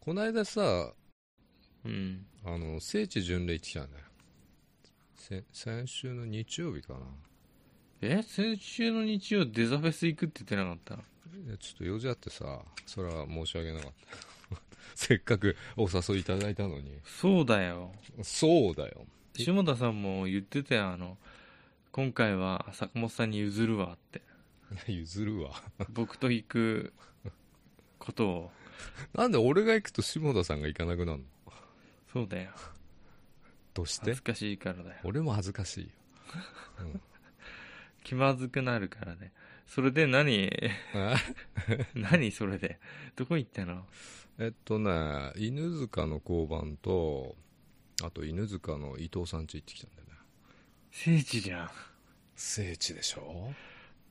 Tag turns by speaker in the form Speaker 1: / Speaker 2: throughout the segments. Speaker 1: この間さ
Speaker 2: うん。
Speaker 1: あの聖地巡礼行ってきたんだよせ先週の日曜日かな
Speaker 2: え先週の日曜デザフェス行くって言ってなかった
Speaker 1: いやちょっと用事あってさそれは申し訳なかった せっかくお誘いいただいたのに
Speaker 2: そうだよ。
Speaker 1: そうだよ え
Speaker 2: 下田さんも言ってたよ、あの、今回は坂本さんに譲るわって。
Speaker 1: いや譲るわ
Speaker 2: 僕と行くことを。
Speaker 1: なんで俺が行くと下田さんが行かなくなるの
Speaker 2: そうだよ。
Speaker 1: どうし
Speaker 2: 恥
Speaker 1: て
Speaker 2: ずかしいからだよ。
Speaker 1: 俺も恥ずかしいよ、
Speaker 2: 気まずくなるからね。それで 何
Speaker 1: え
Speaker 2: 何それでどこ行ったの
Speaker 1: えっとね犬塚の交番とあと犬塚の伊藤さん家行ってきたんだよね
Speaker 2: 聖地じゃん。
Speaker 1: 聖地でしょ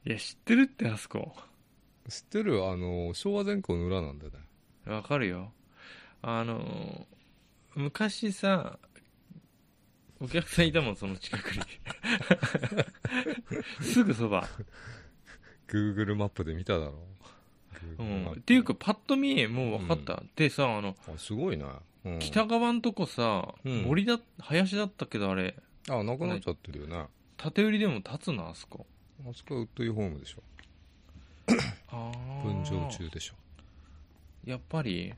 Speaker 2: いや、知ってるってあそこ。
Speaker 1: 知ってるあの昭和全校の裏なんだよね
Speaker 2: わかるよあの昔さお客さんいたもんその近く にすぐそば、
Speaker 1: Google マップで見ただろ
Speaker 2: うん、っ
Speaker 1: Google
Speaker 2: ていうかパッと見もう分かった、でさあの
Speaker 1: あすごいね、うん
Speaker 2: 北側んとこさ、
Speaker 1: うん
Speaker 2: 森だ林だったけどあれ
Speaker 1: あなくなっちゃってるよねあ
Speaker 2: 縦売りでも立つなあそこ
Speaker 1: そこはウッドイホームでしょ
Speaker 2: ああ
Speaker 1: 分譲中でしょ
Speaker 2: やっぱり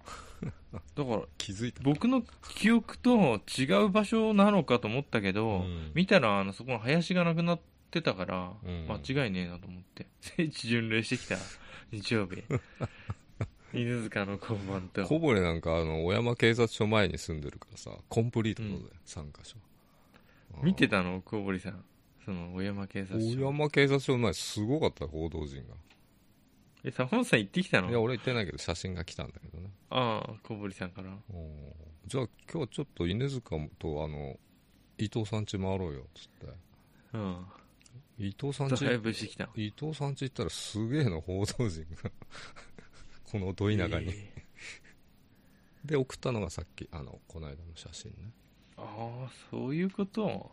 Speaker 2: だから
Speaker 1: 気づいた
Speaker 2: 僕の記憶と違う場所なのかと思ったけど、
Speaker 1: うん
Speaker 2: 見たらあのそこの林がなくなってたから、
Speaker 1: うん
Speaker 2: 間違いねえなと思って聖地巡礼してきた日 曜日犬塚の交番と
Speaker 1: 小堀なんかあの小山警察署前に住んでるからさコンプリートなので、三3箇所
Speaker 2: 見てたの小堀さんその小山警察
Speaker 1: 小
Speaker 2: 署
Speaker 1: 山警察署前すごかった報道陣
Speaker 2: え坂本さん行ってきた
Speaker 1: がいや
Speaker 2: の
Speaker 1: 俺行ってないけど写真が来たんだけどね
Speaker 2: ああ小堀さんから
Speaker 1: おーじゃあ今日ちょっと犬塚とあの伊藤さん家回ろうよっつって
Speaker 2: うん
Speaker 1: 伊藤さん
Speaker 2: ドライ
Speaker 1: 家
Speaker 2: ブしてきた
Speaker 1: 伊藤さん家行ったらすげえの報道陣が このど田舎に、
Speaker 2: ええ
Speaker 1: で送ったのがさっきあのこの間の写真ね
Speaker 2: ああそういうこと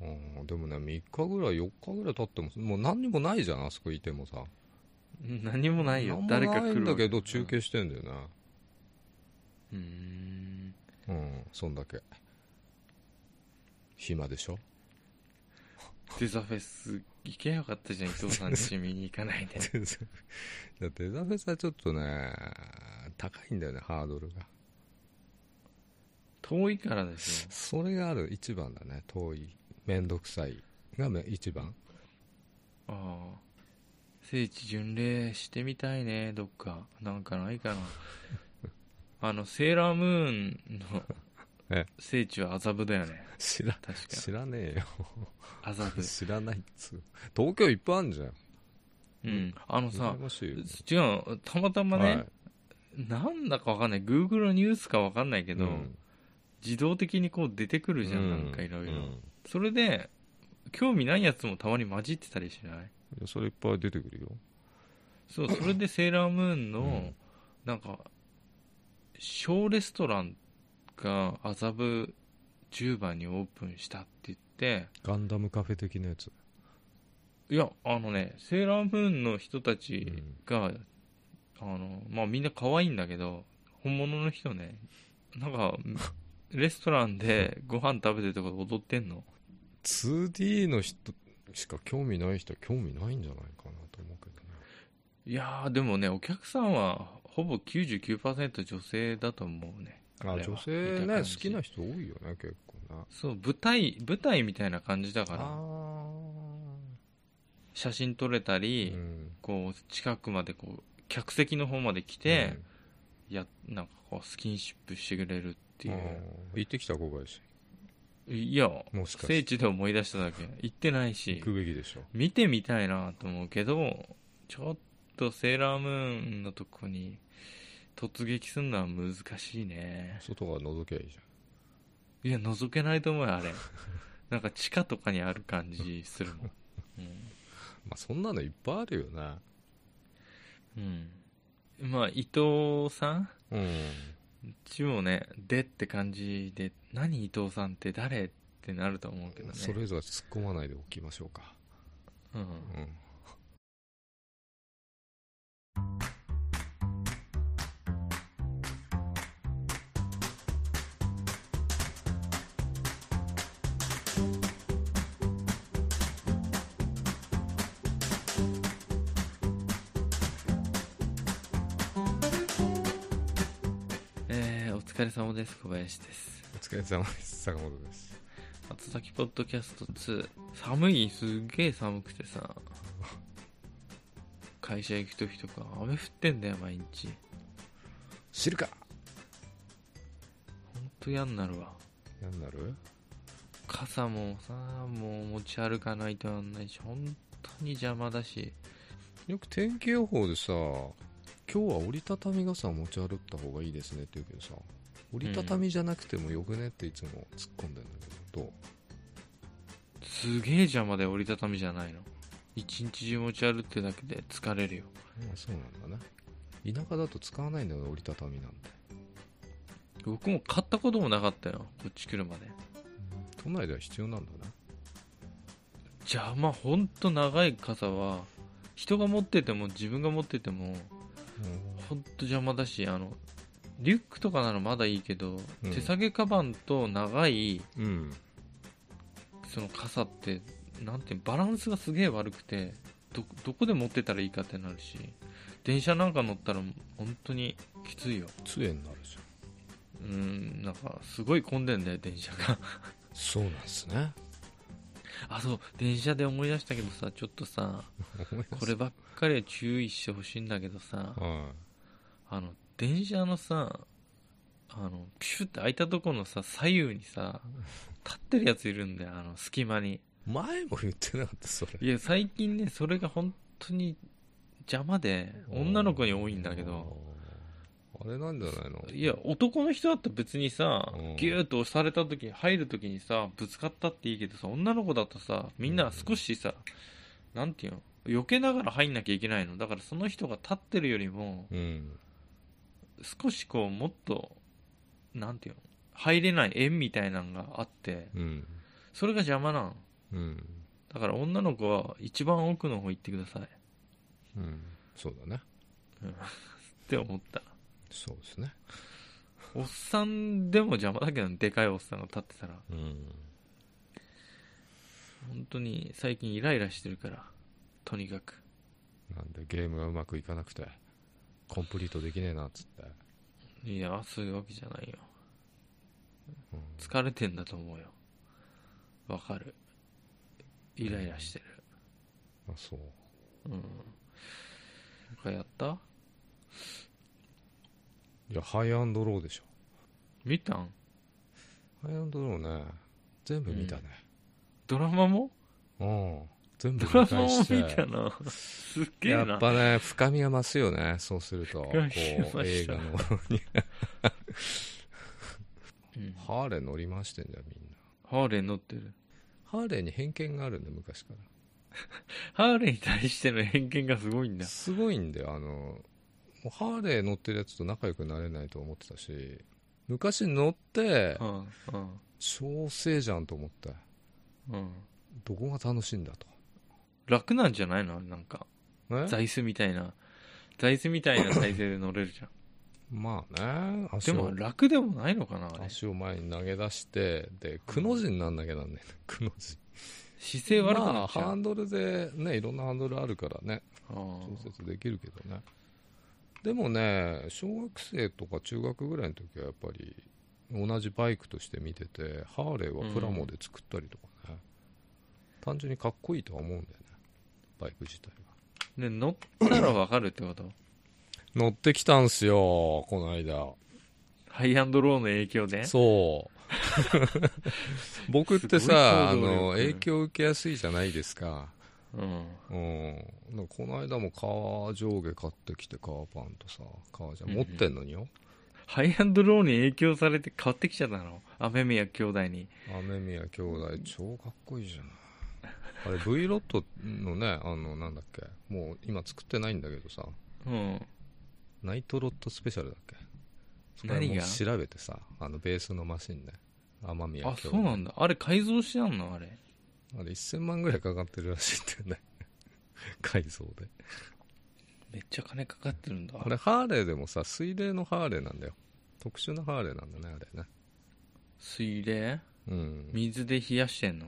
Speaker 1: うんでもね3日ぐらい4日ぐらい経ってももう何にもないじゃんあそこいてもさ
Speaker 2: うん何もないよ
Speaker 1: 何も
Speaker 2: 誰か
Speaker 1: な
Speaker 2: 来
Speaker 1: い
Speaker 2: る
Speaker 1: ん
Speaker 2: わ
Speaker 1: だけど中継してんだよね
Speaker 2: うんうーん
Speaker 1: うん、そんだけ暇でしょ
Speaker 2: デザフェス行けばよかったじゃん伊 藤さんち見に行かないで
Speaker 1: デザデザフェスはちょっとね高いんだよねハードルが
Speaker 2: 遠いからでしょ
Speaker 1: それがある一番だね遠いめんどくさいがめ一番
Speaker 2: ああ聖地巡礼してみたいねどっかなんかない かなあのセーラームーンの
Speaker 1: え
Speaker 2: 聖地は麻布だよね
Speaker 1: 知ら
Speaker 2: 確
Speaker 1: 知らねえよ
Speaker 2: か麻 布
Speaker 1: 知らないっつう東京いっぱいあんじゃん
Speaker 2: うんあのさ
Speaker 1: 羨ましいよ
Speaker 2: 違うのたまたまね、なんだかわかんない Google ニュースかわかんないけど、
Speaker 1: うん
Speaker 2: 自動的にこう出てくるじゃん、
Speaker 1: う
Speaker 2: なんかいろいろ、
Speaker 1: うん
Speaker 2: それで興味ないやつもたまに混じってたりしない
Speaker 1: いやそれいっぱい出てくるよ
Speaker 2: そう、それでセーラームーン
Speaker 1: う
Speaker 2: の
Speaker 1: ん、
Speaker 2: なんか、小レストランが麻布10番にオープンしたって言って、
Speaker 1: ガンダムカフェ的なやつ
Speaker 2: いや、あのね、セーラームーンの人たち
Speaker 1: うん
Speaker 2: が、あの、まあみんな可愛いんだけど、本物の人ね、なんか、 レストランでご飯食べてるとこで踊ってんの。
Speaker 1: 2D の人しか興味ない人は興味ないんじゃないかなと思うけどね
Speaker 2: いやー、でもね、お客さんはほぼ99%女性だと思うね。
Speaker 1: あ
Speaker 2: れは
Speaker 1: 女性
Speaker 2: 見
Speaker 1: ね
Speaker 2: た感じ
Speaker 1: 好きな人多いよね結構ね
Speaker 2: そう、舞台、舞台みたいな感じだ
Speaker 1: あ
Speaker 2: から。
Speaker 1: あ
Speaker 2: 写真撮れたり、
Speaker 1: うん
Speaker 2: こう近くまでこう客席の方まで来て、やなんかこうスキンシップしてくれるって
Speaker 1: うん
Speaker 2: い
Speaker 1: あ
Speaker 2: う、
Speaker 1: ー行ってきた小林
Speaker 2: いや
Speaker 1: もしかして
Speaker 2: 聖地で思い出した だけ行ってないし
Speaker 1: 行くべきでしょ
Speaker 2: 見てみたいなと思うけどちょっとセーラームーンのとこに突撃するのは難しいね
Speaker 1: 外から覗けばいいじ
Speaker 2: いや覗けないと思う よあれなんか地下とかにある感じするもん、うん
Speaker 1: ゃんまあそんなのいっぱいあるよね
Speaker 2: うん、まあ伊藤さん
Speaker 1: うん
Speaker 2: 一応ねでって感じで何伊藤さんって誰ってなると思うけどね
Speaker 1: それ以上は突っ込まないでおきましょうか
Speaker 2: うん、
Speaker 1: うん
Speaker 2: 疲れ様です小林です
Speaker 1: お疲れ様です坂本です
Speaker 2: 後先ポッドキャスト2寒いすっげえ寒くてさ会社行く時とか雨降ってんだよ毎日
Speaker 1: 知るか
Speaker 2: ほんと嫌になるわ
Speaker 1: やんなる
Speaker 2: 傘もさもう持ち歩かないとなんないし本当に邪魔だし
Speaker 1: よく天気予報でさ今日は折りたたみ傘を持ち歩いた方がいいですねって言うけどさ折りたたみじゃなくてもよくねっていつも突っ込んでんだけど、どう
Speaker 2: すげえ邪魔で折りたたみじゃないの一日中持ち歩ってだけで疲れるよ
Speaker 1: まあそうなんだね田舎だと使わないんだよね折りたたみなんて
Speaker 2: 僕も買ったこともなかったよこっち来るまで
Speaker 1: 都内では必要なんだね
Speaker 2: 邪魔ほんと長い傘は人が持ってても自分が持っててもほんと邪魔だしあのリュックとかならまだいいけど、
Speaker 1: うん
Speaker 2: 手提げカバンと長い
Speaker 1: うん
Speaker 2: その傘ってなんてバランスがすげえ悪くてどどこで持ってたらいいかってなるし電車なんか乗ったら本当にきついよ
Speaker 1: 杖になるじゃん
Speaker 2: うんなんかすごい混んでんだよ電車が
Speaker 1: そうなんですね
Speaker 2: あそう電車で思い出したけどさちょっとさこればっかりは注意してほしいんだけどさ
Speaker 1: は
Speaker 2: あの電車のさあのピシュって開いたとこのさ左右にさ立ってるやついるんだよあの隙間に
Speaker 1: い前も言ってなかったそれ
Speaker 2: いや最近ねそれが本当に邪魔で女の子に多いんだけど
Speaker 1: あーあれなんじゃないの
Speaker 2: いや男の人だったら別にさ
Speaker 1: うん
Speaker 2: ギューッと押された時入る時にさぶつかったっていいけどさ女の子だとさみんな少しさなんていうの避けながら入んなきゃいけないのだからその人が立ってるよりも
Speaker 1: うん
Speaker 2: 少しこうもっとなんていうの入れない縁みたいなのがあって
Speaker 1: うん
Speaker 2: それが邪魔なの
Speaker 1: うん
Speaker 2: だから女の子は一番奥の方行ってくださいっ
Speaker 1: うんそうだね
Speaker 2: て思った
Speaker 1: そうですね
Speaker 2: おっさんでも邪魔だけどねでかいおっさんが立ってたら
Speaker 1: うん
Speaker 2: 本当に最近イライラしてるからとにかく
Speaker 1: なんでゲームがうまくいかなくてコンプリートできねえなっつって
Speaker 2: いやそういうわけじゃないよ
Speaker 1: うん
Speaker 2: 疲れてんだと思うよわかるイライラしてる
Speaker 1: あそう
Speaker 2: うんなんかやった
Speaker 1: いやハイアンドローでしょ
Speaker 2: 見たん
Speaker 1: ハイアンドローね全部見たね
Speaker 2: ドラマも
Speaker 1: うん、全部
Speaker 2: ド
Speaker 1: 見
Speaker 2: ラ
Speaker 1: 返
Speaker 2: マも
Speaker 1: して
Speaker 2: 見たなすっげえな
Speaker 1: やっぱね深みが増すよねそうするとこ
Speaker 2: 深みが増した
Speaker 1: う映画の
Speaker 2: うん
Speaker 1: ハーレー乗り回してんじゃんみんな
Speaker 2: ハーレー乗ってる
Speaker 1: ハーレーに偏見があるんで昔か
Speaker 2: ハーレーに対しての偏見がすごいんだ
Speaker 1: らすごいんだよあのもうハーレー乗ってるやつと仲良くなれないと思ってたし昔乗って
Speaker 2: うんうん
Speaker 1: 小生じゃんと思って
Speaker 2: うん
Speaker 1: どこが楽しいんだと
Speaker 2: 楽なんじゃないのなんか
Speaker 1: ね
Speaker 2: 座椅子みたいな座椅子みたいな体勢で乗れるじゃん
Speaker 1: まあね足
Speaker 2: でも
Speaker 1: を
Speaker 2: 楽でもないのかなあれ
Speaker 1: 足を前に投げ出してでくの字になんなきゃなんねえくの字
Speaker 2: 姿勢悪く
Speaker 1: ま
Speaker 2: な
Speaker 1: あ
Speaker 2: っちゃ
Speaker 1: ハ
Speaker 2: う、
Speaker 1: ンドルでねいろんなハンドルあるからね
Speaker 2: あー
Speaker 1: 調節できるけどねでもね小学生とか中学ぐらいの時はやっぱり同じバイクとして見ててハーレーはプラモで作ったりとかね、単純にかっこいいとは思うんだよねバイク自体は
Speaker 2: で乗ったらわかるってこと
Speaker 1: 乗ってきたんすよこの間
Speaker 2: ハイアンドローの影響で
Speaker 1: そう僕って
Speaker 2: すごい
Speaker 1: さあ
Speaker 2: 行動力
Speaker 1: の影響受けやすいじゃないですか
Speaker 2: うん
Speaker 1: うん、なんかこの間も革上下買ってきて革パンとさ革じゃん
Speaker 2: うん
Speaker 1: 持ってんのによ、
Speaker 2: ハイアンドローに影響されて変わってきちゃったの雨宮兄弟に
Speaker 1: 雨宮兄弟超かっこいいじゃないあれ V ロットのねあのなんだっけもう今作ってないんだけどさ
Speaker 2: うん
Speaker 1: ナイトロットスペシャルだっけそれ
Speaker 2: 何
Speaker 1: も
Speaker 2: が
Speaker 1: 調べてさあのベースのマシンね雨宮兄
Speaker 2: あ
Speaker 1: 弟
Speaker 2: そうなんだあれ改造してあんのあれ
Speaker 1: あれ1000万ぐらいかかってるらしいんだよね 改造で
Speaker 2: めっちゃ金かかってるんだ
Speaker 1: あれハーレーでもさ水冷のハーレーなんだよ特殊なハーレーなんだねあれね
Speaker 2: 水冷
Speaker 1: うん
Speaker 2: 水で冷やしてんの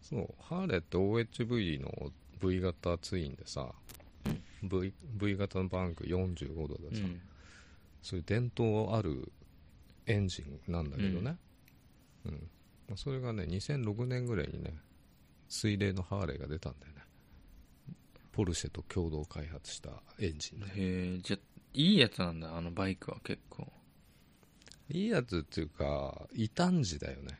Speaker 1: そうハーレーって OHV の V 型ツインでさ V, v 型のバンク45度
Speaker 2: う
Speaker 1: でさ、
Speaker 2: ん
Speaker 1: そういう伝統あるエンジンなんだけどね、うんまあそれがね2006年ぐらいにね水冷のハーレーが出たんだよねポルシェと共同開発したエンジンね
Speaker 2: へえじゃあいいやつなんだあのバイクは結構
Speaker 1: いいやつっていうか異端児だよね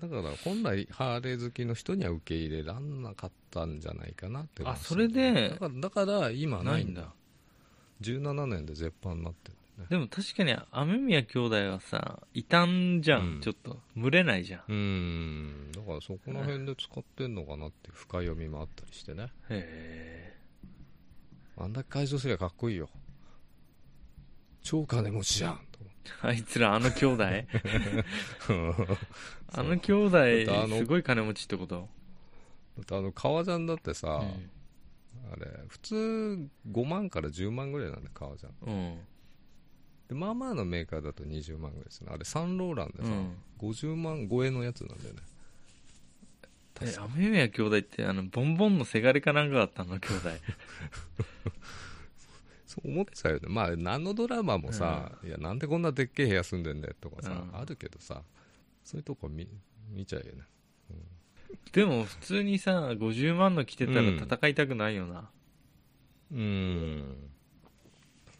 Speaker 1: だから本来ハーレー好きの人には受け入れらんなかったんじゃないかなって
Speaker 2: あそれで
Speaker 1: だからだから今ないんだ
Speaker 2: ないんだ
Speaker 1: 17年で絶版になってるんだよね
Speaker 2: でも確かに雨宮兄弟はさ異端じゃん、
Speaker 1: うん
Speaker 2: ちょっと群れないじゃんへ
Speaker 1: うーんだからそこら辺で使ってんのかなって深読みもあったりしてね
Speaker 2: え
Speaker 1: あんだけ改造すりゃかっこいいよ超金持ちじゃんと
Speaker 2: あいつらあの兄
Speaker 1: 思 って
Speaker 2: 弟あの兄
Speaker 1: だってあ
Speaker 2: 弟
Speaker 1: の
Speaker 2: すごい金持ちってこと
Speaker 1: だってあの革ジャンだってさ、
Speaker 2: うん
Speaker 1: あれ普通5万から10万ぐらいなんで革ジャン
Speaker 2: うん
Speaker 1: でまあまあのメーカーだと20万ぐらいですねあれサンローランで
Speaker 2: う
Speaker 1: さ、
Speaker 2: ん
Speaker 1: 50万超えのやつなんだよね
Speaker 2: え
Speaker 1: 確か
Speaker 2: 雨宮兄弟ってあのボンボンのせがれかなんかだったの兄弟
Speaker 1: そう思っちゃうよねまあ何のドラマもさ、いやなんでこんなでっけえ部屋住んでんだよとかさ、
Speaker 2: うん
Speaker 1: あるけどさそういうとこ見見ちゃうよね
Speaker 2: でも普通にさ50万の着てたら
Speaker 1: うん
Speaker 2: 戦いたくないよな、
Speaker 1: うん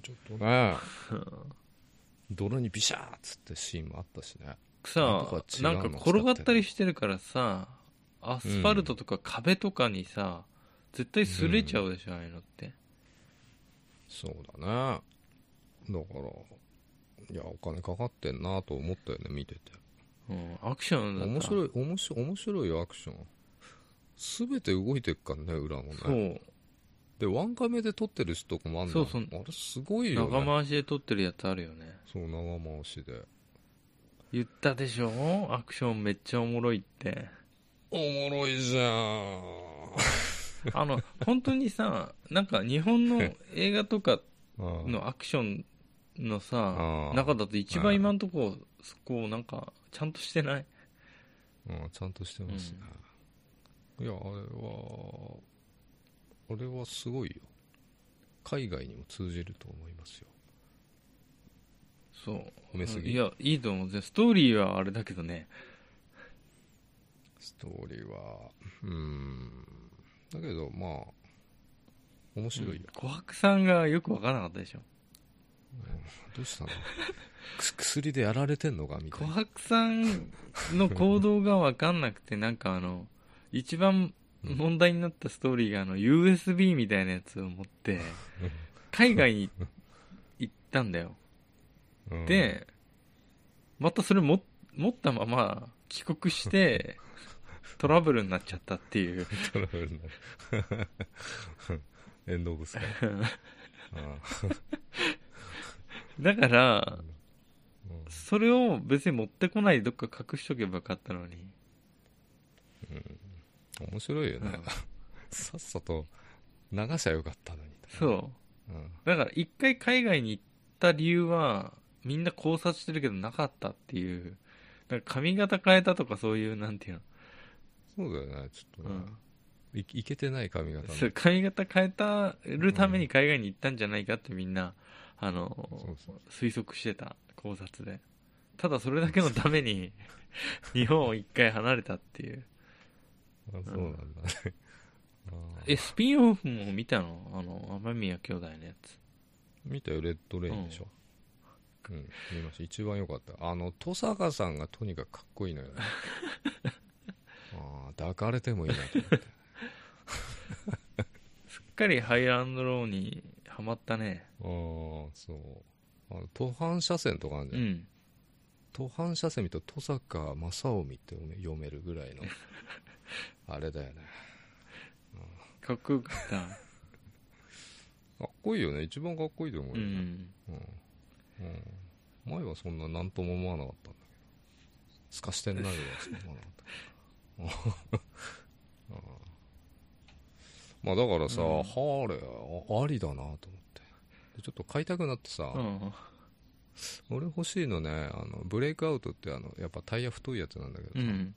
Speaker 1: ちょっと ね
Speaker 2: うん
Speaker 1: 泥にビシャーっつってシーンもあったしね
Speaker 2: さ
Speaker 1: なんとか違うの
Speaker 2: なんか転がったりしてるからさアスファルトとか壁とかにさ、絶対擦れちゃうでしょ、ああいうのって
Speaker 1: そうだねだからいやお金かかってんなと思ったよね見てて
Speaker 2: うん、アクションだった
Speaker 1: 面白
Speaker 2: い
Speaker 1: い面白い面白いよアクション全て動いてっからね裏も
Speaker 2: そ
Speaker 1: ね
Speaker 2: う
Speaker 1: でワンカメで撮ってる人とかもあんの
Speaker 2: そうそう
Speaker 1: あれすごいよ
Speaker 2: 長
Speaker 1: ね
Speaker 2: 回しで撮ってるやつあるよね
Speaker 1: そう長回しで
Speaker 2: 言ったでしょアクションめっちゃおもろいって
Speaker 1: おもろいじゃん
Speaker 2: あの本当にさなんか日本の映画とか
Speaker 1: あ
Speaker 2: のアクションの
Speaker 1: あ
Speaker 2: さ
Speaker 1: あ
Speaker 2: 中だと一番
Speaker 1: うん
Speaker 2: 今のとこそこをなんかちゃんとしてない
Speaker 1: あうんちゃんとしてますね、いやあれはあれはすごいよ海外にも通じると思いますよ
Speaker 2: そう
Speaker 1: 褒めすぎ
Speaker 2: いやいいと思うぜストーリーはあれだけどね
Speaker 1: ストーリーはうーんだけどまあ面白いよ、
Speaker 2: 琥珀さんがよくわからなかったでしょ
Speaker 1: どうしたのく薬でやられてんのかみた
Speaker 2: 琥
Speaker 1: いな、
Speaker 2: 珀さんの行動がわかんなくてなんかあの一番
Speaker 1: うん
Speaker 2: 問題になったストーリーがあの USB みたいなやつを持って海外に行ったんだよ
Speaker 1: うん、
Speaker 2: でまたそれも持ったまま帰国してトラブルになっちゃったっていう
Speaker 1: トラブルになる エンドオブスカイあ
Speaker 2: だから
Speaker 1: あうん
Speaker 2: それを別に持ってこないでどっか隠しとけばよかったのに、
Speaker 1: 面白いよね、
Speaker 2: うん
Speaker 1: さっさと流しゃよかったのに
Speaker 2: そう
Speaker 1: う、ん、
Speaker 2: だから一回海外に行った理由はみんな考察してるけどなかったっていうなんか髪型変えたとかそういうなんていう
Speaker 1: そうだよねちょっ
Speaker 2: の、
Speaker 1: と
Speaker 2: う
Speaker 1: ね、
Speaker 2: ん
Speaker 1: いいけてない髪型の
Speaker 2: そう髪型変えたるために海外に行ったんじゃないかってみんな、あの
Speaker 1: そうそう
Speaker 2: 推測してた考察でただそれだけのため に日本を一回離れたっていう
Speaker 1: あそうなんだ ね、ああ
Speaker 2: えスピンオフも見たのあの雨宮兄弟のやつ
Speaker 1: 見たよレッドレインでしょ、うん見ました一番良かったあの登坂さんがとにかくかっこいいのよ ねああ抱かれてもいいな と思って
Speaker 2: すっかりハイランドローにはまったね
Speaker 1: ああそうあの途半車線とかあるじ
Speaker 2: う
Speaker 1: ゃん、
Speaker 2: ん
Speaker 1: 途半車線見たら登坂正臣って読めるぐらいの あれだよね
Speaker 2: かっこよかった
Speaker 1: かっこいいよね一番かっこいいと思う
Speaker 2: う
Speaker 1: よね、
Speaker 2: ん
Speaker 1: うん前はそんな何とも思わなかったんだけどすかしてんなよはそう思わなか ったああまあだからさ、
Speaker 2: うん
Speaker 1: ハーレーあありだなと思ってでちょっと買いたくなってさ、
Speaker 2: うん
Speaker 1: 俺欲しいのねあのブレイクアウトってあのやっぱタイヤ太いやつなんだけど
Speaker 2: う
Speaker 1: さ、
Speaker 2: ん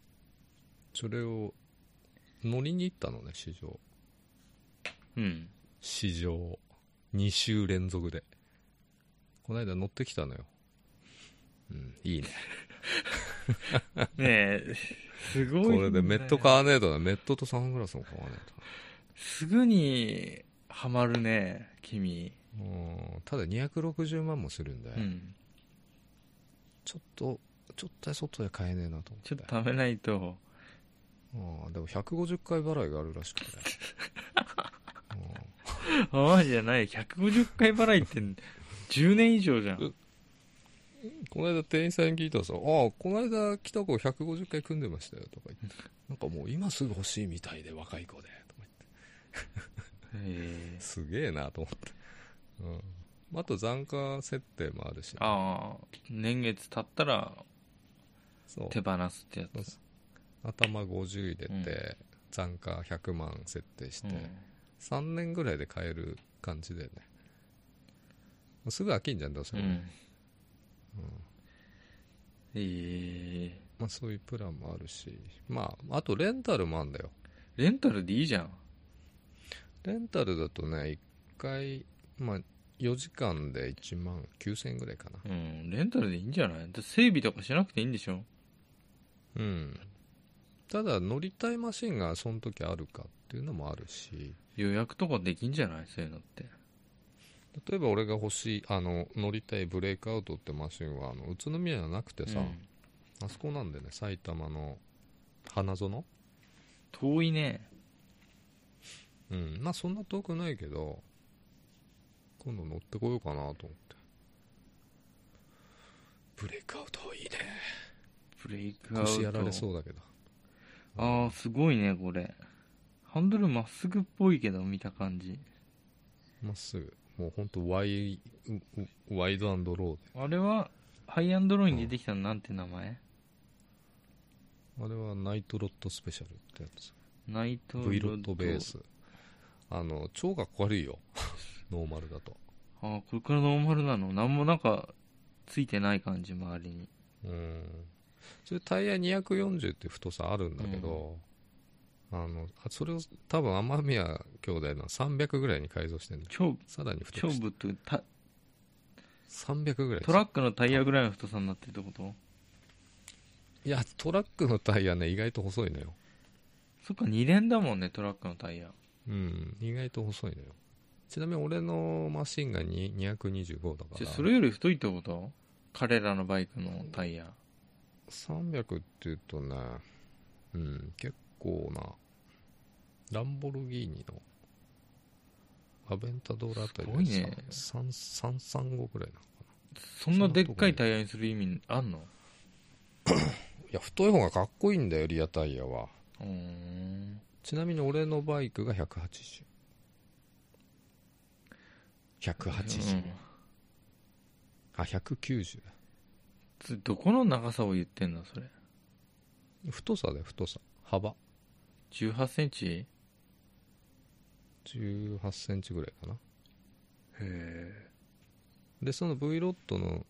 Speaker 1: それを乗りに行ったのね市場
Speaker 2: うん
Speaker 1: 市場2週連続でこの間乗ってきたのようん、いいね。
Speaker 2: ねえ、すごいん
Speaker 1: こ
Speaker 2: だよ。
Speaker 1: れでメット買わねえとな、メットとサングラスも買わね
Speaker 2: すぐにハマるね、君。
Speaker 1: えとな。うん、ただ260万もするんで、
Speaker 2: うん。
Speaker 1: ちょっと、ちょっと外で買えねえなと思って。
Speaker 2: ちょっと貯めないと。
Speaker 1: うん、でも150回払いがあるらしくて。
Speaker 2: あ、マジじゃない。150回払いって10年以上じゃん。
Speaker 1: うんこの間店員さんに聞いたらさ、ああ、この間来た子150回組んでましたよとか言って、なんかもう今すぐ欲しいみたいで若い子で、とか言って。
Speaker 2: ええ
Speaker 1: すげえなと思って。うん。あと残価設定もあるし、
Speaker 2: ああ、年月経ったら
Speaker 1: そう。
Speaker 2: 手放すってやつ。
Speaker 1: 頭50入れて、
Speaker 2: う
Speaker 1: 残価100万設定して、
Speaker 2: うん
Speaker 1: 3年ぐらいで買える感じだよねもうすぐ飽きんじゃんどうせ、
Speaker 2: うん。ええ
Speaker 1: まあ、そういうプランもあるしまああとレンタルもあるんだよ
Speaker 2: レンタルでいいじゃん。
Speaker 1: レンタルだとね1回まあ4時間で1万9000円ぐらいかな
Speaker 2: うん、レンタルでいいんじゃないだって整備とかしなくていいんでしょ
Speaker 1: うんただ乗りたいマシンがその時あるかっていうのもあるし
Speaker 2: 予約とかできんじゃないそういうのって。
Speaker 1: 例えば俺が欲しいあの乗りたいブレイクアウトってマシンはあの宇都宮じゃなくてさ、
Speaker 2: うん
Speaker 1: あそこなんでね埼玉の花園
Speaker 2: 遠いね。
Speaker 1: うんまあそんな遠くないけど今度乗ってこようかなと思ってブレイクアウトいいね
Speaker 2: ブレイクアウト。
Speaker 1: 腰やられそうだけど
Speaker 2: ああ、すごいね、これ。ハンドルまっすぐっぽいけど、見た感じ。
Speaker 1: まっすぐもうほんとワイうワイドアンドローで
Speaker 2: あれは、ハイアンドローに出てきたのなんて名前、
Speaker 1: あれはナイトロットスペシャルってやつ
Speaker 2: ナイト
Speaker 1: V ロットベー。スあの超かっこ悪い よノーマルだと
Speaker 2: ああ、これからノーマルなのなんもなんか、ついてない感じ、周りに。
Speaker 1: うんそれタイヤ240って太さあるんだけど、あのあそれを多分雨宮兄弟の300ぐらいに改造してるんだよ
Speaker 2: 超、
Speaker 1: さらに太
Speaker 2: 超
Speaker 1: くして
Speaker 2: ぶっといた
Speaker 1: 300ぐらい
Speaker 2: トラックのタイヤぐらいの太さになってるってこと
Speaker 1: いやトラックのタイヤね意外と細いのよ
Speaker 2: そっか、2連だもんね、トラックのタイヤ。
Speaker 1: うん意外と細いのよちなみに俺のマシンがに225だか
Speaker 2: じ
Speaker 1: ら
Speaker 2: ゃあそれより太いってこと彼らのバイクのタイヤ。
Speaker 1: 300っていうとねうん結構なランボルギーニのアベンタドールあたり
Speaker 2: すごいね
Speaker 1: さんさん335ぐらいなのかな
Speaker 2: そんなでっかいタイヤにする意味あんの
Speaker 1: いや太い方がかっこいいんだよリアタイヤは
Speaker 2: うーん。
Speaker 1: ちなみに俺のバイクが180 180、
Speaker 2: うん
Speaker 1: あ190
Speaker 2: つどこの長さを言ってんのそれ
Speaker 1: 太さだよ太さ幅
Speaker 2: 1 8ンチ
Speaker 1: 1 8ンチぐらいかな
Speaker 2: へえ
Speaker 1: でその V ロットの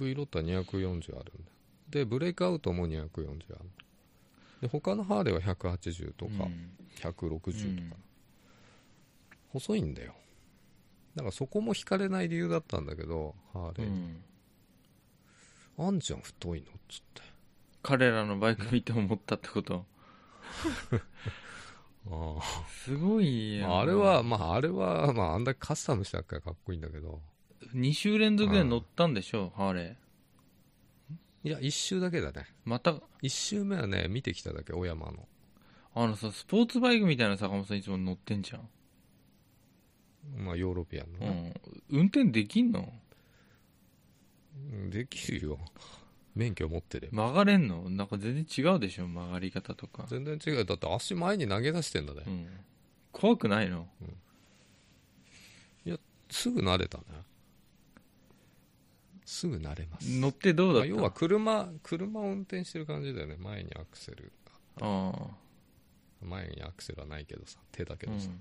Speaker 1: V ロットは240あるんだでブレイクアウトも240あるで他のハーレーは180とか、160とかな、
Speaker 2: うん
Speaker 1: 細いんだよだからそこも惹かれない理由だったんだけどハー
Speaker 2: う
Speaker 1: レー、
Speaker 2: ん、
Speaker 1: あんちゃん太いのっつって
Speaker 2: 彼らのバイク見て思ったってこと
Speaker 1: あ
Speaker 2: すごいやん
Speaker 1: あれはまああれはまああんだけカスタムしたからかっこいいんだけど
Speaker 2: 2週連続で乗ったんでしょハーレー
Speaker 1: いや一周だけだね
Speaker 2: また
Speaker 1: 一周目はね見てきただけ小山の
Speaker 2: あのさスポーツバイクみたいな坂本さんいつも乗ってんじゃん、
Speaker 1: まあヨーロピアンの
Speaker 2: う
Speaker 1: ね、
Speaker 2: ん、運転できんの
Speaker 1: うんできるよ 免許持ってれば
Speaker 2: 曲がれんのなんか全然違うでしょ曲がり方とか、
Speaker 1: 全然違うよだって足前に投げ出してんだね、
Speaker 2: うん、怖くないの
Speaker 1: すぐ慣れたねすぐ慣れます
Speaker 2: 乗ってどうだ
Speaker 1: ま
Speaker 2: っ
Speaker 1: あ
Speaker 2: た、
Speaker 1: 要は車車を運転してる感じだよね前にアクセル
Speaker 2: ああ
Speaker 1: 前にアクセルはないけどさ手だけ
Speaker 2: う
Speaker 1: どさ、
Speaker 2: ん、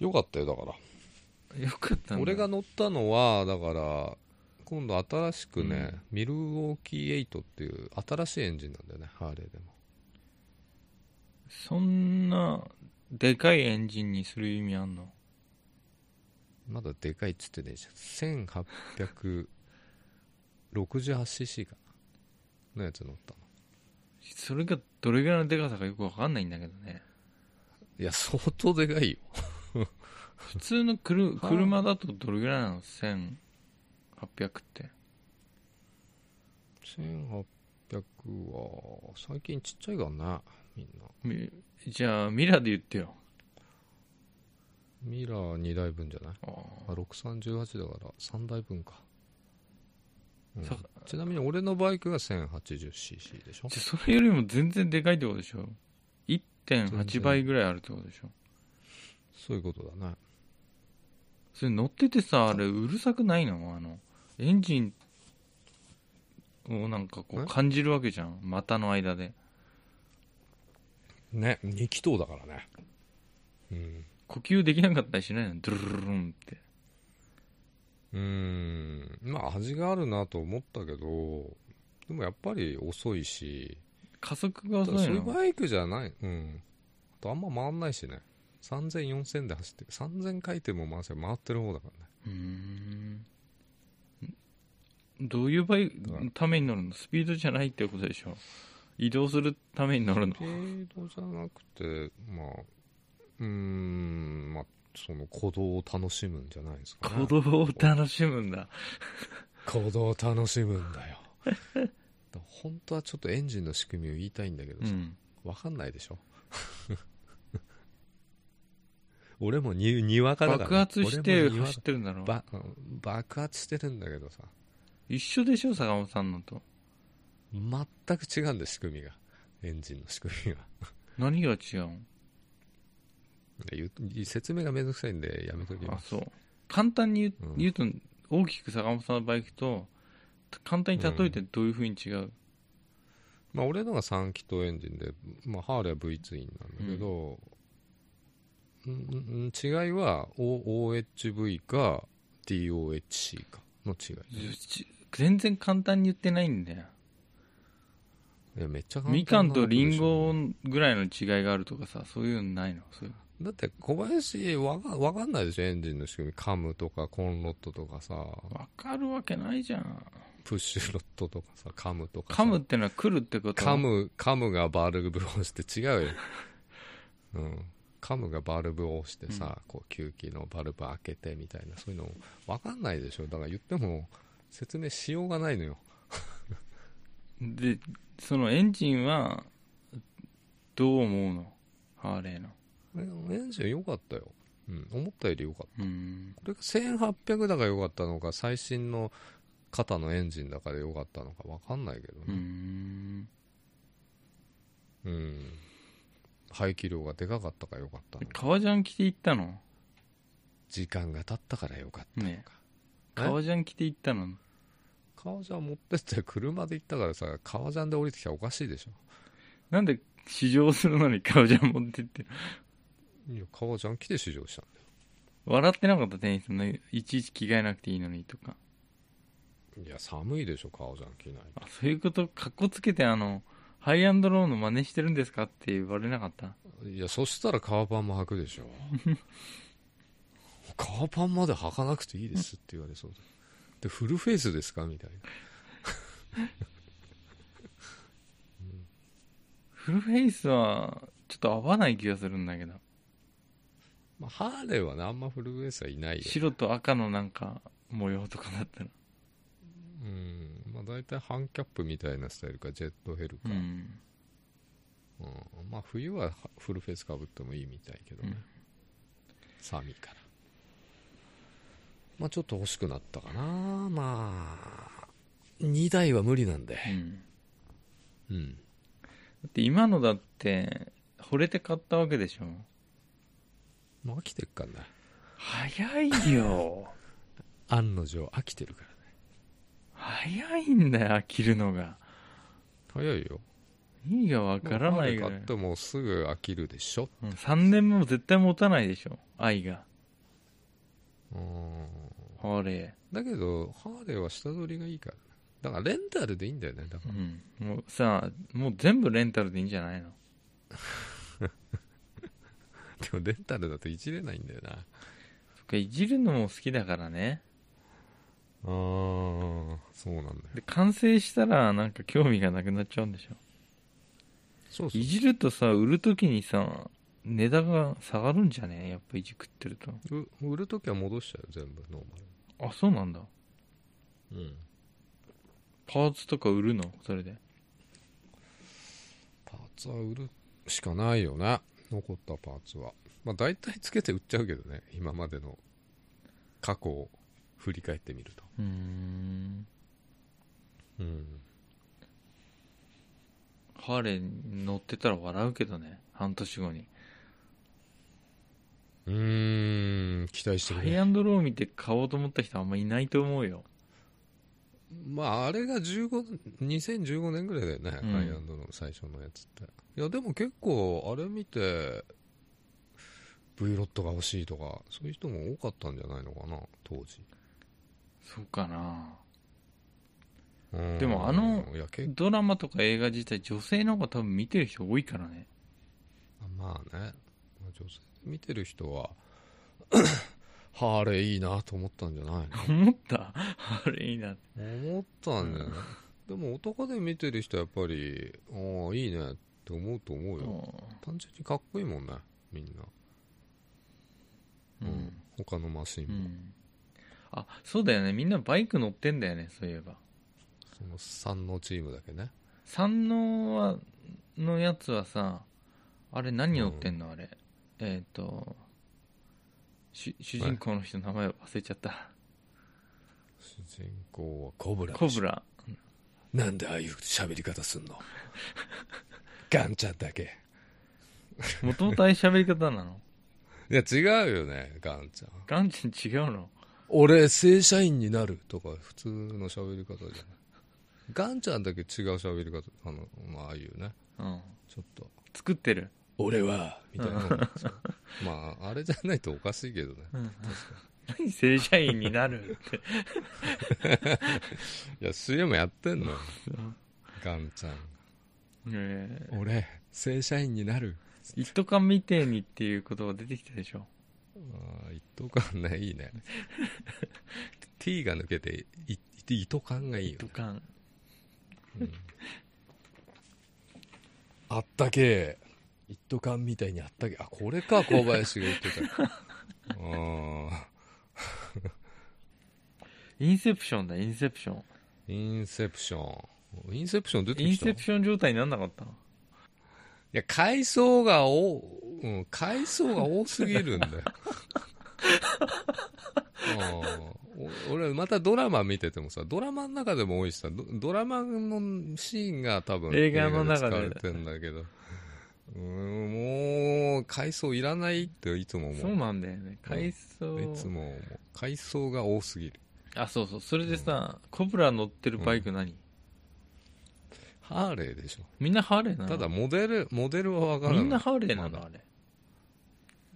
Speaker 1: よかったよだから
Speaker 2: よかったんだ
Speaker 1: 俺が乗ったのはだから今度新しくね、ミルウォーキー8っていう新しいエンジンなんだよねハーレーでも
Speaker 2: そんなでかいエンジンにする意味あんの
Speaker 1: まだでかいっつってねえじゃん 68cc かなのやつ乗ったの
Speaker 2: それがどれぐらいのでかさかよくわかんないんだけどね
Speaker 1: いや相当でかいよ
Speaker 2: 普通のくる
Speaker 1: はあ
Speaker 2: 車だとどれぐらいなの1800って
Speaker 1: 1800は最近ちっちゃいからねみんな
Speaker 2: みじゃあミラーで言ってよ
Speaker 1: ミラー2台分じゃない
Speaker 2: あ
Speaker 1: あ6318だから3台分か、うん
Speaker 2: さ
Speaker 1: ちなみに俺のバイクが 1080cc でしょ
Speaker 2: じゃあそれよりも全然でかいってことでしょ
Speaker 1: 全
Speaker 2: 1.8
Speaker 1: 然
Speaker 2: 倍ぐらいあるってことでしょ
Speaker 1: そういうことだね
Speaker 2: それ乗っててさあれうるさくないのあのエンジンをなんかこう
Speaker 1: え
Speaker 2: 感じるわけじゃん股の間で
Speaker 1: ね2気筒だからねうん
Speaker 2: 呼吸できなかったりしないのドゥルルルルンって
Speaker 1: うーんまあ味があるなと思ったけどでもやっぱり遅いし
Speaker 2: 加速が
Speaker 1: ただ
Speaker 2: 遅
Speaker 1: そ
Speaker 2: いう
Speaker 1: いう
Speaker 2: の
Speaker 1: バイクじゃないうんあとあんま回んないしね30004000で走って3000回転も回せば回ってる方だからね
Speaker 2: うーんどういう場合
Speaker 1: から
Speaker 2: ために乗るのスピードじゃないってことでしょ移動するために乗るの
Speaker 1: スピードじゃなくてまあうーんまあその鼓動を楽しむんじゃないですか、ね、
Speaker 2: 鼓動を楽しむんだ
Speaker 1: 鼓動を楽しむんだよ だから本当はちょっとエンジンの仕組みを言いたいんだけど
Speaker 2: う
Speaker 1: さ、
Speaker 2: ん
Speaker 1: わかんないでしょ 俺もににわかだから
Speaker 2: 爆発して
Speaker 1: 俺もにわ
Speaker 2: 走ってるんだろ
Speaker 1: ば爆発してるんだけどさ
Speaker 2: 一緒でしょ坂本さんのと
Speaker 1: 全く違うんです仕組みがエンジンの仕組みが
Speaker 2: 何が違うん
Speaker 1: 言う説明がめんどくさいんでやめとき
Speaker 2: あ
Speaker 1: ます
Speaker 2: そう簡単に言う,、
Speaker 1: うん
Speaker 2: 言うと大きく坂本さんのバイクと簡単に例えてどういうふうに違う、
Speaker 1: まあ、俺のが3気筒エンジンで、まあ、ハーレーは V2 なんだけど、うんうん違いは O- OHV か DOHC かの違い
Speaker 2: ずち全然簡単に言ってないんだよ
Speaker 1: いやめっちゃ簡単な
Speaker 2: みかんと
Speaker 1: ことで
Speaker 2: り
Speaker 1: しょ
Speaker 2: んごぐらいの違いがあるとかさそういうのないのそういう
Speaker 1: だって小林わかわかんないでしょエンジンの仕組みカムとかコンロットとかさ
Speaker 2: わかるわけないじゃん
Speaker 1: プッシュロットとかさカムとかさ
Speaker 2: 噛むってのは来るってこと
Speaker 1: カムカムがバルブを押して違うよ、 うん、カムがバルブを押してさ、こう吸気のバルブ開けてみたいなそういうのわかんないでしょだから言っても説明しようがないのよ
Speaker 2: でそのエンジンはどう思うのハーレーの
Speaker 1: えエンジン良かったよ、うん、思ったより良かった
Speaker 2: うん
Speaker 1: これが1800だから良かったのか最新の肩のエンジンだから良かったのかわかんないけどね、
Speaker 2: うん
Speaker 1: うん排気量がでかかったからよかったのか
Speaker 2: 革ジャン着て行ったの
Speaker 1: 時間が経ったからよかったの
Speaker 2: ね
Speaker 1: か
Speaker 2: 革ジャン着て行ったの
Speaker 1: 革ジャン持ってって車で行ったからさ革ジャンで降りてきたらおかしいでしょ
Speaker 2: なんで試乗するのに革ジャン持ってって
Speaker 1: いや革ジャン着て試乗したん
Speaker 2: 笑ってなかった店員さんのいちいち着替えなくていいのにとか
Speaker 1: だよいや寒いでしょ革ジャン着ない
Speaker 2: あそういうことかっこつけてあのハイアンドローの真似してるんですかって言われなかった
Speaker 1: といやそしたら革パンも履くでしょ 革パンまで履かなくていいですって言われそうででフルフェイスですかみたいな
Speaker 2: フルフェイスはちょっと合わない気がするんだけど
Speaker 1: まあ、ハーレーはねあんまフルフェイスはいないよ
Speaker 2: 白と赤のなんか模様とかだったら
Speaker 1: うんまあ大体ハンキャップみたいなスタイルかジェットヘルか、
Speaker 2: うん
Speaker 1: うんまあ冬はフルフェイスかぶってもいいみたいけどね、
Speaker 2: うん
Speaker 1: 寒いからまあちょっと欲しくなったかなまあ2台は無理なんで
Speaker 2: うん
Speaker 1: うん
Speaker 2: だって今のだって惚れて買ったわけでしょ
Speaker 1: もう飽きてるからね
Speaker 2: 早いよ
Speaker 1: 案の定飽きてるからね
Speaker 2: 早いんだよ飽きるのが
Speaker 1: 早いよ
Speaker 2: 意味がわからない
Speaker 1: ま
Speaker 2: ぐ
Speaker 1: あ
Speaker 2: ら
Speaker 1: 買
Speaker 2: い
Speaker 1: ってもすぐ飽きるでしょ
Speaker 2: うん3年目も絶対持たないでしょ愛が
Speaker 1: うん
Speaker 2: あれ
Speaker 1: だけどハーレーは下取りがいいからねだからレンタルでいいんだよねだから
Speaker 2: うんもうさもう全部レンタルでいいんじゃないの
Speaker 1: でもレンタルだといじれないんだよな
Speaker 2: そっかいじるのも好きだからね
Speaker 1: ああそうなんだよ
Speaker 2: で完成したらなんか興味がなくなっちゃうんでしょ
Speaker 1: そうそう
Speaker 2: いじるとさ売る時にさ値段が下がるんじゃねやっぱいじくってると
Speaker 1: う売るときは戻しちゃうよ全部ノー
Speaker 2: あそうなんだ
Speaker 1: マルうん
Speaker 2: パーツとか売るのそれで
Speaker 1: パーツは売るしかないよね残ったパーツはまあ大体つけて売っちゃうけどね今までの過去を振り返ってみると
Speaker 2: うーん
Speaker 1: うん
Speaker 2: ハーレーに乗ってたら笑うけどね半年後に
Speaker 1: うーん期待して
Speaker 2: ハ
Speaker 1: る
Speaker 2: イ
Speaker 1: ね
Speaker 2: アンドロー見て買おうと思った人あんまいないと思うよ
Speaker 1: まああれが15 2015年ぐらいだよね、
Speaker 2: うん
Speaker 1: ハイアンドの最初のやつっていやでも結構あれ見て V ロットが欲しいとかそういう人も多かったんじゃないのかな当時、
Speaker 2: そうかな
Speaker 1: うん
Speaker 2: でもあの
Speaker 1: いや結
Speaker 2: ドラマとか映画自体女性の方が多分見てる人多いからね
Speaker 1: まあねまあ女性で見てる人は ハーレーいいなと思ったんじゃない
Speaker 2: 思ったあれいいなって
Speaker 1: の思ったんじゃない、でも男で見てる人はやっぱりああいいねって思うと思うよ単純にかっこいいもんねみんな
Speaker 2: うん、うん
Speaker 1: 他のマシン
Speaker 2: う
Speaker 1: も、
Speaker 2: ん、あそうだよねみんなバイク乗ってんだよねそういえば
Speaker 1: その三のチームだけね
Speaker 2: 山王はのやつはさあれ何乗ってんの、あれえっ、と主主人公の人名前忘れちゃった
Speaker 1: 主人公はコブラ
Speaker 2: コブラ
Speaker 1: なんでああいう喋り方すんの ガンちゃんだけ
Speaker 2: もともとああいう喋り方 なの
Speaker 1: いや違うよねガンちゃん
Speaker 2: ガンちゃん違うの
Speaker 1: 俺正社員になるとか普通の喋り方じゃないガンちゃんだけ違う喋り方あのまあああいうね
Speaker 2: うん
Speaker 1: ちょっと
Speaker 2: 作ってる、
Speaker 1: 俺はみたいなのが まああれじゃないとおかしいけどね
Speaker 2: うん、何正社員になるって
Speaker 1: いや CM やってんのよガンちゃん
Speaker 2: ええ
Speaker 1: 俺正社員になる
Speaker 2: 一斗缶みてえにっていう言葉出てきたでしょ
Speaker 1: ああ、一斗缶ね、いい ね。T が抜けて、い、い糸感がいいよ
Speaker 2: 一
Speaker 1: ね、
Speaker 2: 斗缶
Speaker 1: うんあったけえ。一斗缶みたいにあったけえ。あ、これか、小林が言ってた。ああ。
Speaker 2: インセプションだインセプション
Speaker 1: インセプション。インセプション出て
Speaker 2: イン
Speaker 1: きた
Speaker 2: セ
Speaker 1: い
Speaker 2: プション状態になんなかった
Speaker 1: や、階層が多、うん、階層が多すぎるんだよ。ああお俺またドラマ見ててもさドラマの中でも多いしさドドラマのシーンが多分
Speaker 2: 映画の中で
Speaker 1: 映画使われてんだけどうーんもう階層いらないっていつも思う
Speaker 2: そうなんだよね海藻
Speaker 1: いつも思う階層が多すぎる
Speaker 2: あそうそうそれでさ、コブラ乗ってるバイク何、
Speaker 1: ハーレーでしょ
Speaker 2: みんなハーレーなの
Speaker 1: ただモデルモデルは分からない
Speaker 2: みんなハーレーな
Speaker 1: ま
Speaker 2: の
Speaker 1: だ
Speaker 2: あれ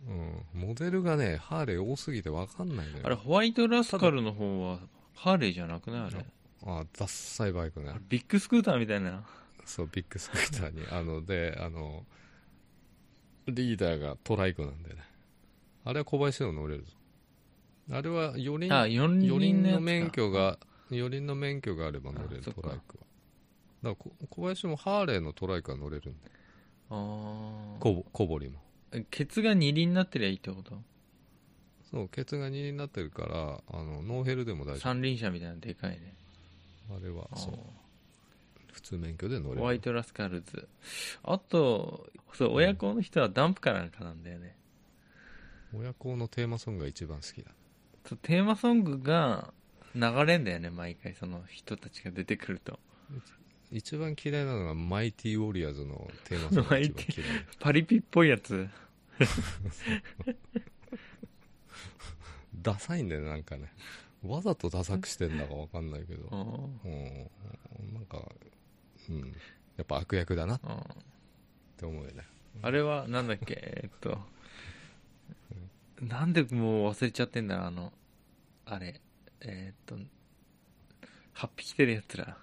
Speaker 1: うん、モデルがねハーレー多すぎて分かんないんだよ
Speaker 2: あれホワイトラスカルの方はハーレーじゃなくないあれ
Speaker 1: ああダッサいバイクね
Speaker 2: あれビッグスクーターみたいな
Speaker 1: そうビッグスクーターにあのであのリーダーがトライクなんでねあれは小林でも乗れるぞあれは4輪
Speaker 2: あ四
Speaker 1: 四輪
Speaker 2: 輪
Speaker 1: の
Speaker 2: の
Speaker 1: 免
Speaker 2: 免
Speaker 1: 許
Speaker 2: 許
Speaker 1: が4輪の免許があれば乗れる
Speaker 2: あ
Speaker 1: ト
Speaker 2: そ
Speaker 1: ラ
Speaker 2: っ
Speaker 1: イ
Speaker 2: か
Speaker 1: クはだからこ小林もハーレーのトライクは乗れるんで
Speaker 2: ああ
Speaker 1: 小ぼ小堀も
Speaker 2: ケツが二輪になってりゃいいってこと
Speaker 1: そうケツが2輪になってるからあのノーヘルでも大丈
Speaker 2: 三輪車みたいなのでかいね
Speaker 1: 夫あれは
Speaker 2: あー
Speaker 1: そう普通免許で乗
Speaker 2: ホワ
Speaker 1: れ
Speaker 2: イ
Speaker 1: る
Speaker 2: トラスカルズあとそう親子の人はダンプかなんかなんだよね、
Speaker 1: 親子のテーマソングが一番好きだ
Speaker 2: そうテーマソングが流れんだよね毎回その人たちが出てくると
Speaker 1: 一番嫌いなのがマイティウォリアーズのテーマソングが一番嫌い
Speaker 2: パリピっぽいやつ
Speaker 1: ダサいんだよねなんかねわざとダサくしてんだかわかんないけど
Speaker 2: う、ん
Speaker 1: うん、なんか、うん、やっぱ悪役だなっ
Speaker 2: うん
Speaker 1: て思うよね
Speaker 2: あれはなんだっけえっとなんでもう忘れちゃってんだあのあれえっと8匹来てるやつら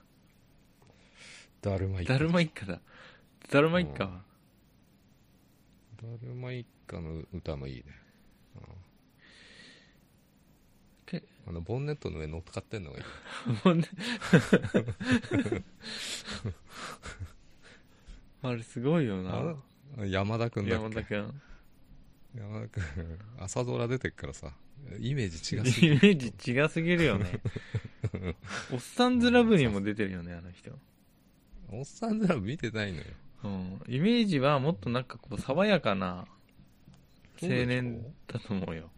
Speaker 1: だるま一家
Speaker 2: だるま一家だだるま一家は
Speaker 1: だるま一家の歌もいいね、
Speaker 2: け
Speaker 1: あのボンネットの上乗っかってんのがいい
Speaker 2: もうね あれすごいよな
Speaker 1: あれ山田君だ
Speaker 2: 山
Speaker 1: っ
Speaker 2: 田
Speaker 1: け
Speaker 2: 君
Speaker 1: 山田君 朝ドラ出てっからさイメージ
Speaker 2: イ
Speaker 1: 違
Speaker 2: メ
Speaker 1: うすぎる
Speaker 2: ージ違すぎるよ ねおっさんずラブにも出てるよねあの人、
Speaker 1: おっさんずら見てないのよ
Speaker 2: うん、イメージはもっとなんかこう爽やかな青年だと思うよ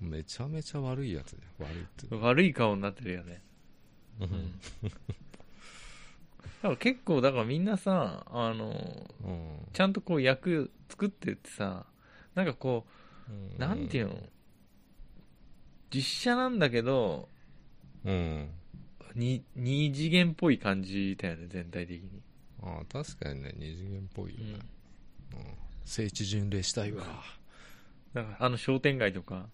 Speaker 1: めちゃめちゃ悪いやつじゃん悪いって
Speaker 2: 悪い顔になってるよね
Speaker 1: う
Speaker 2: うん
Speaker 1: ん、
Speaker 2: だから結構だからみんなさあの
Speaker 1: うん
Speaker 2: ちゃんとこう役作ってってさなんかこ
Speaker 1: うん
Speaker 2: うなんていうの、実写なんだけど
Speaker 1: うん
Speaker 2: に二次元っぽい感じだよね全体的に、
Speaker 1: ああ確かにね二次元っぽいよね、うん聖地巡礼したいわ
Speaker 2: だからあの商店街とか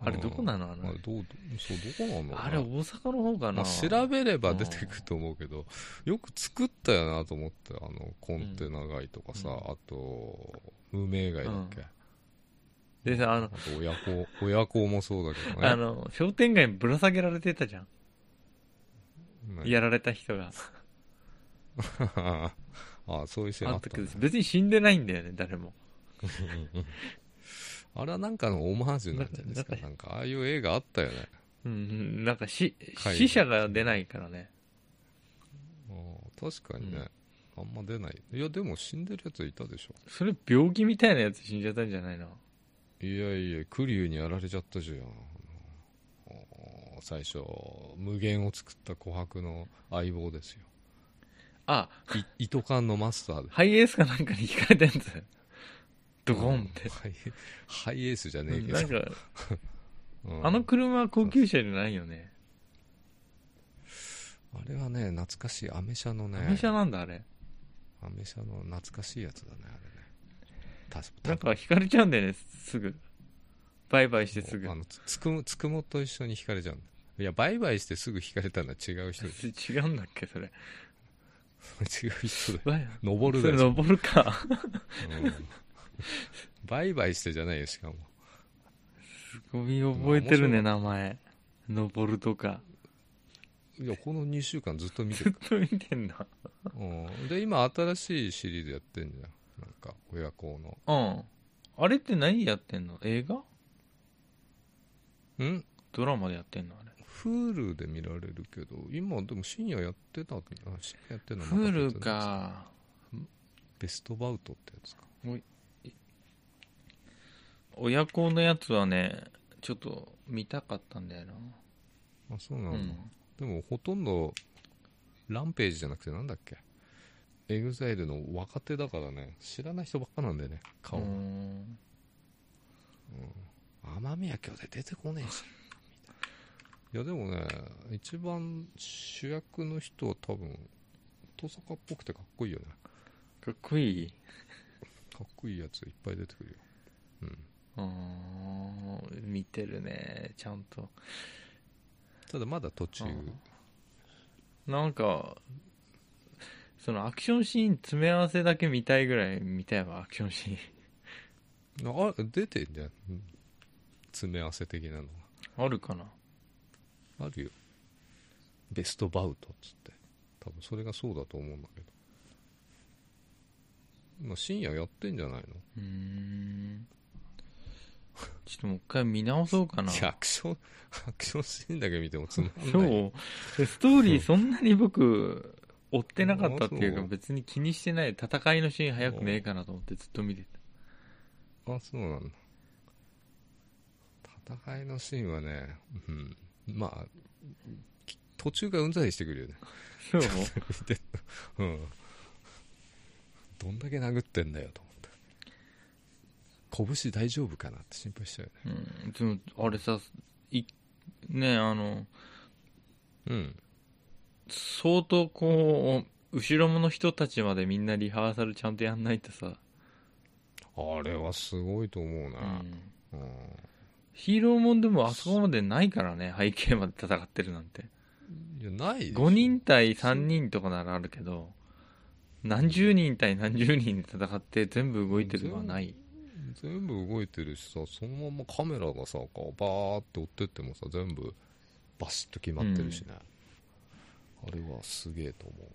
Speaker 2: あれどこなのあ
Speaker 1: あ
Speaker 2: の
Speaker 1: れどうそうどこなの
Speaker 2: あれ大阪の方か
Speaker 1: ま
Speaker 2: な
Speaker 1: あ、調べれば出てくると思うけど、よく作ったよなと思って、あのコンテナ街とかさ、
Speaker 2: うん
Speaker 1: あと、無名街だっけ、
Speaker 2: でさあ
Speaker 1: あ
Speaker 2: の
Speaker 1: と親子、親子もそうだけどね。
Speaker 2: あの商店街にぶら下げられてたじゃん
Speaker 1: ね
Speaker 2: やられた人が
Speaker 1: ああ、そういうシーン
Speaker 2: あ
Speaker 1: あ
Speaker 2: の
Speaker 1: った
Speaker 2: 時
Speaker 1: ね、
Speaker 2: です別に死んでないんだよね誰も
Speaker 1: あれはなんかのオマージュなんじゃないですか、
Speaker 2: なんか
Speaker 1: なんか、ああいう映画あったよね。
Speaker 2: うんうんなんかし
Speaker 1: 海外
Speaker 2: 死者が出ないからね
Speaker 1: ああ確かにね、あんま出ない。いや、でも死んでるやついたでしょ。
Speaker 2: それ病気みたいなやつ死んじゃったんじゃないの
Speaker 1: いやいや、クリュウにやられちゃったじゃん。あの最初、無限を作った琥珀の相棒ですよ。
Speaker 2: あ
Speaker 1: い 糸缶のマスターで。
Speaker 2: ハイエースかなんかに引かれたやつ ドコンって、
Speaker 1: ハイ ハイエースじゃねえけど
Speaker 2: なん。か
Speaker 1: うん
Speaker 2: あの車は高級車じゃないよね
Speaker 1: あれはね、懐かしい、アメ車のね、
Speaker 2: アメ車なんだあれ
Speaker 1: アメ車の懐かしいやつだね、あれね。たし
Speaker 2: なんか引かれちゃうんだよねすぐバイバイしてすぐ
Speaker 1: あのつつくもつくもと一緒に引かれちゃうんだいや、バイバイしてすぐ引かれたのは違う人で
Speaker 2: 違うんだっけそれ
Speaker 1: す。違う人で。
Speaker 2: バイ
Speaker 1: 登る
Speaker 2: そ
Speaker 1: だ
Speaker 2: れ
Speaker 1: よ
Speaker 2: 登るか
Speaker 1: うんバイバイしてじゃないよ、しかも。
Speaker 2: すごい覚えてるね名前登るとか
Speaker 1: いや、この2週間ずっと見て
Speaker 2: ずっ
Speaker 1: る。
Speaker 2: と見てんだ
Speaker 1: うん、で、今、新しいシリーズやってんじゃん。なんか、親子の。
Speaker 2: うんあれって何やってんの映画
Speaker 1: ん
Speaker 2: ドラマでやってんのあれ
Speaker 1: ?Hulu で見られるけど、今、でも深夜やってたんだ。あ深夜やってんの
Speaker 2: プ
Speaker 1: まだ
Speaker 2: ー
Speaker 1: 出
Speaker 2: ル
Speaker 1: てない
Speaker 2: か
Speaker 1: ベストバウトってやつか。
Speaker 2: 親子のやつはねちょっと見たかったんだよな
Speaker 1: あ、そうな
Speaker 2: うん
Speaker 1: だ。でも、ほとんど、ランページじゃなくて、なんだっけ。エグザイルの若手だからね、知らない人ばっかなんだよね、顔。
Speaker 2: うーん
Speaker 1: 雨宮兄弟出てこねえしいやでもね一番主役の人は多分登坂っぽくてかっこいいよね
Speaker 2: かっこいい
Speaker 1: かっこいいやついっぱい出てくるようん
Speaker 2: うーん見てるねちゃんと
Speaker 1: ただまだ途中
Speaker 2: うんなんかそのアクションシーン詰め合わせだけ見たいぐらい見たいわアクションシーン
Speaker 1: あ出てんじゃんうん詰め合わせ的なの
Speaker 2: あるかな
Speaker 1: があるよベストバウトっつって多分それがそうだと思うんだけど今深夜やってんじゃないの
Speaker 2: うーんちょっともう一回見直そうかない
Speaker 1: やアクション アクションシーンだけ見てもつまんない
Speaker 2: そうでストーリー
Speaker 1: うん
Speaker 2: そんなに僕追ってなかったっていう
Speaker 1: あ
Speaker 2: か
Speaker 1: そう
Speaker 2: 別に気にしてない戦いのシーン早くねえかなと思ってずっと見てた
Speaker 1: あそうなんだ戦いのシーンはね、うん、まあき途中がうんざりしてくるよね
Speaker 2: そう
Speaker 1: 見てるとうんどんだけ殴ってんだよと思って拳大丈夫かなって心配しちゃうよ
Speaker 2: うん、でもあれさいねあの
Speaker 1: ね
Speaker 2: 相当こう後ろの人たちまでみんなリハーサルちゃんとやんないとさ、
Speaker 1: うんあれはすごいと思う
Speaker 2: う
Speaker 1: な、
Speaker 2: ん、
Speaker 1: うん
Speaker 2: ヒーローもんでもあそこまでないからね背景まで戦ってるなんて
Speaker 1: いやないでしょ
Speaker 2: 5人対3人とかならあるけど何十人対何十人で戦って全部動いてるのはない
Speaker 1: 全部動いてるしさそのままカメラがさこうバーって追ってってもさ全部バシッと決まってるしね、あれはすげえと思う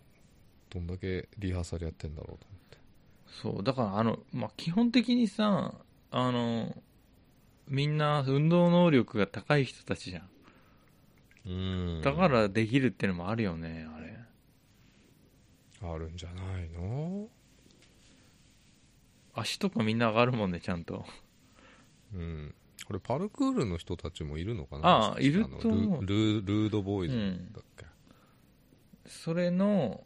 Speaker 1: どんだけリハーサルやってんだろうと
Speaker 2: そうだからあの、まあ、基本的にさあのみんな運動能力が高い人たちじゃん
Speaker 1: 思って
Speaker 2: だからできるってのもあるよねあれ
Speaker 1: あるんじゃないの
Speaker 2: 足とかみんな上がるもんねちゃんと
Speaker 1: うんこれパルクールの人たちもいるのかな
Speaker 2: ああいると思
Speaker 1: あ
Speaker 2: う
Speaker 1: のルルルードボーイズだっけ、
Speaker 2: それの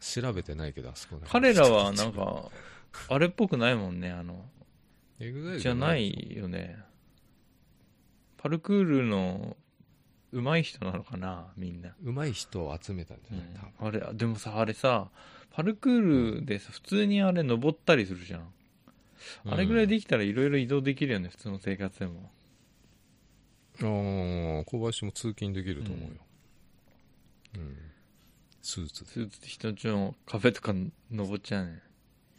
Speaker 1: 調べてないけどあそこね
Speaker 2: 彼らはなんかあれっぽくないもんねあの
Speaker 1: EXILE
Speaker 2: じゃないよねパルクールの上手い人なのかなみんな、
Speaker 1: 上手い人を集めたんじ
Speaker 2: う
Speaker 1: ゃない、
Speaker 2: ん
Speaker 1: 多分
Speaker 2: あれでもさあれさパルクールでさ普通にあれ登ったりするじゃんあれぐらいできたらいろいろ移動できるよね普通の生活でも
Speaker 1: うんああ小林も通勤できると思うよ、うんスーツで
Speaker 2: スーツで人んちのカフェとか登っちゃうね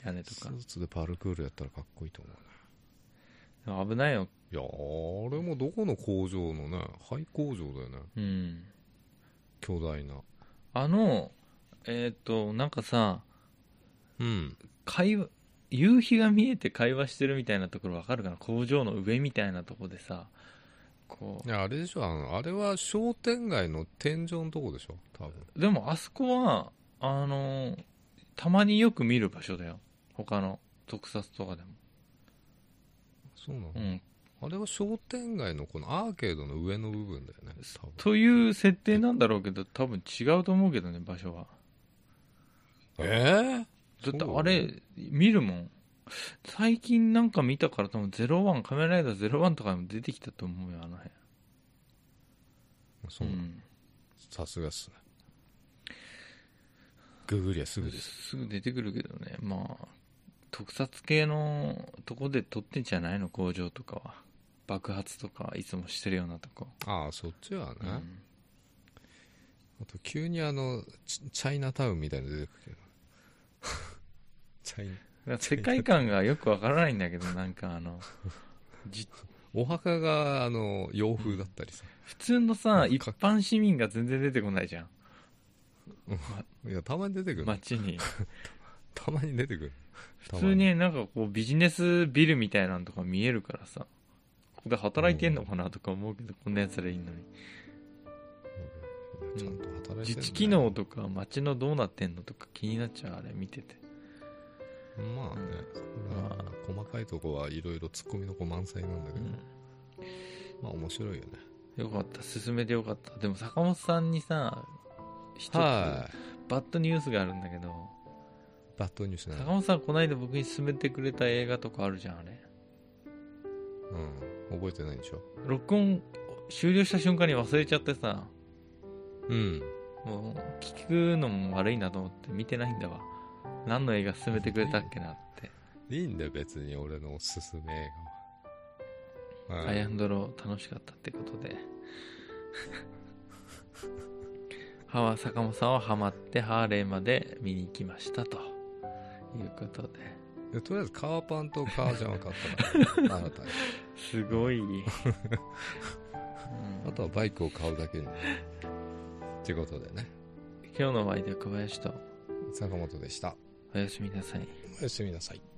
Speaker 2: 屋根と
Speaker 1: ス
Speaker 2: か
Speaker 1: ーツでパルクールやったらかっこいいと思うね
Speaker 2: でも危ないよ
Speaker 1: いやーあれもどこの工場のね廃工場だよね
Speaker 2: うん
Speaker 1: 巨大な
Speaker 2: あのえっ、となんかさ
Speaker 1: うん
Speaker 2: 会話夕日が見えて会話してるみたいなところわかるかな工場の上みたいなところでさこ
Speaker 1: いやあれでしょあのあれは商店街の天井のとこでしょ多分
Speaker 2: うでもあそこはあのーたまによく見る場所だよ他の特撮とかでも
Speaker 1: そうなの、
Speaker 2: うん
Speaker 1: あれは商店街のこのアーケードの上の部分だよね多分
Speaker 2: という設定なんだろうけど多分違うと思うけどね場所は
Speaker 1: え
Speaker 2: だって
Speaker 1: そう
Speaker 2: あれ見るもん最近なんか見たから多分ゼロワンカメラライダーゼロワンとかにも出てきたと思うよあの辺
Speaker 1: ー、そうなの
Speaker 2: ん
Speaker 1: さすがっすねググりゃすぐです
Speaker 2: すぐ出てくるけどねまあ特撮系のとこで撮ってんじゃないの工場とかは爆発とかいつもしてるようなとこ、
Speaker 1: ああそっちはね、
Speaker 2: うん
Speaker 1: あと急にあのチチャイナタウンみたいなの出てくるけど チャイナ
Speaker 2: だから世界観がよくわからないん だけどなんかあのじ
Speaker 1: お墓があの洋風だったりさ、
Speaker 2: 普通のさ
Speaker 1: うん
Speaker 2: 一
Speaker 1: か
Speaker 2: 般市民が全然出てこないじゃん
Speaker 1: いやたまに出てくる、
Speaker 2: 街に
Speaker 1: たまに出てくる
Speaker 2: 普通になんかこうビジネスビルみたいなのとか見えるからさここで働いてんのかなとか思うけどこんなやつらいいのに
Speaker 1: いやちゃんと働いてる、ね、
Speaker 2: 自治機能とか街のどうなってんのとか気になっちゃうあれ見てて
Speaker 1: まあね、
Speaker 2: うん
Speaker 1: まあ細かいとこはいろいろツッコミの子満載なんだけど、まあ面白いよね
Speaker 2: よかった進めてよかったでも坂本さんにさ一つ
Speaker 1: は
Speaker 2: バッドニュースがあるんだけ
Speaker 1: い
Speaker 2: ど、
Speaker 1: バッドニュースな
Speaker 2: 坂
Speaker 1: の、
Speaker 2: 本さんこないだ僕に勧めてくれた映画とかあるじゃんあれ
Speaker 1: うん、覚えてないでしょ
Speaker 2: 録音終了した瞬間に忘れちゃってさ
Speaker 1: うん
Speaker 2: もう聞くのも悪いなと思って見てないんだわ何の映画勧めてくれたっけなって
Speaker 1: いいんだよ別に俺のおすすめ映画は、
Speaker 2: アイアンドロー楽しかったってことで ハワ坂本さんはハマってハーレーまで見に行きましたということで
Speaker 1: でとりあえずカーパンとカージャンは買ったからあなたに
Speaker 2: すごい、 うん
Speaker 1: あとはバイクを買うだけにってことでね
Speaker 2: 今日のお相手は小林と
Speaker 1: 坂本でした
Speaker 2: おやすみなさい
Speaker 1: おやすみなさい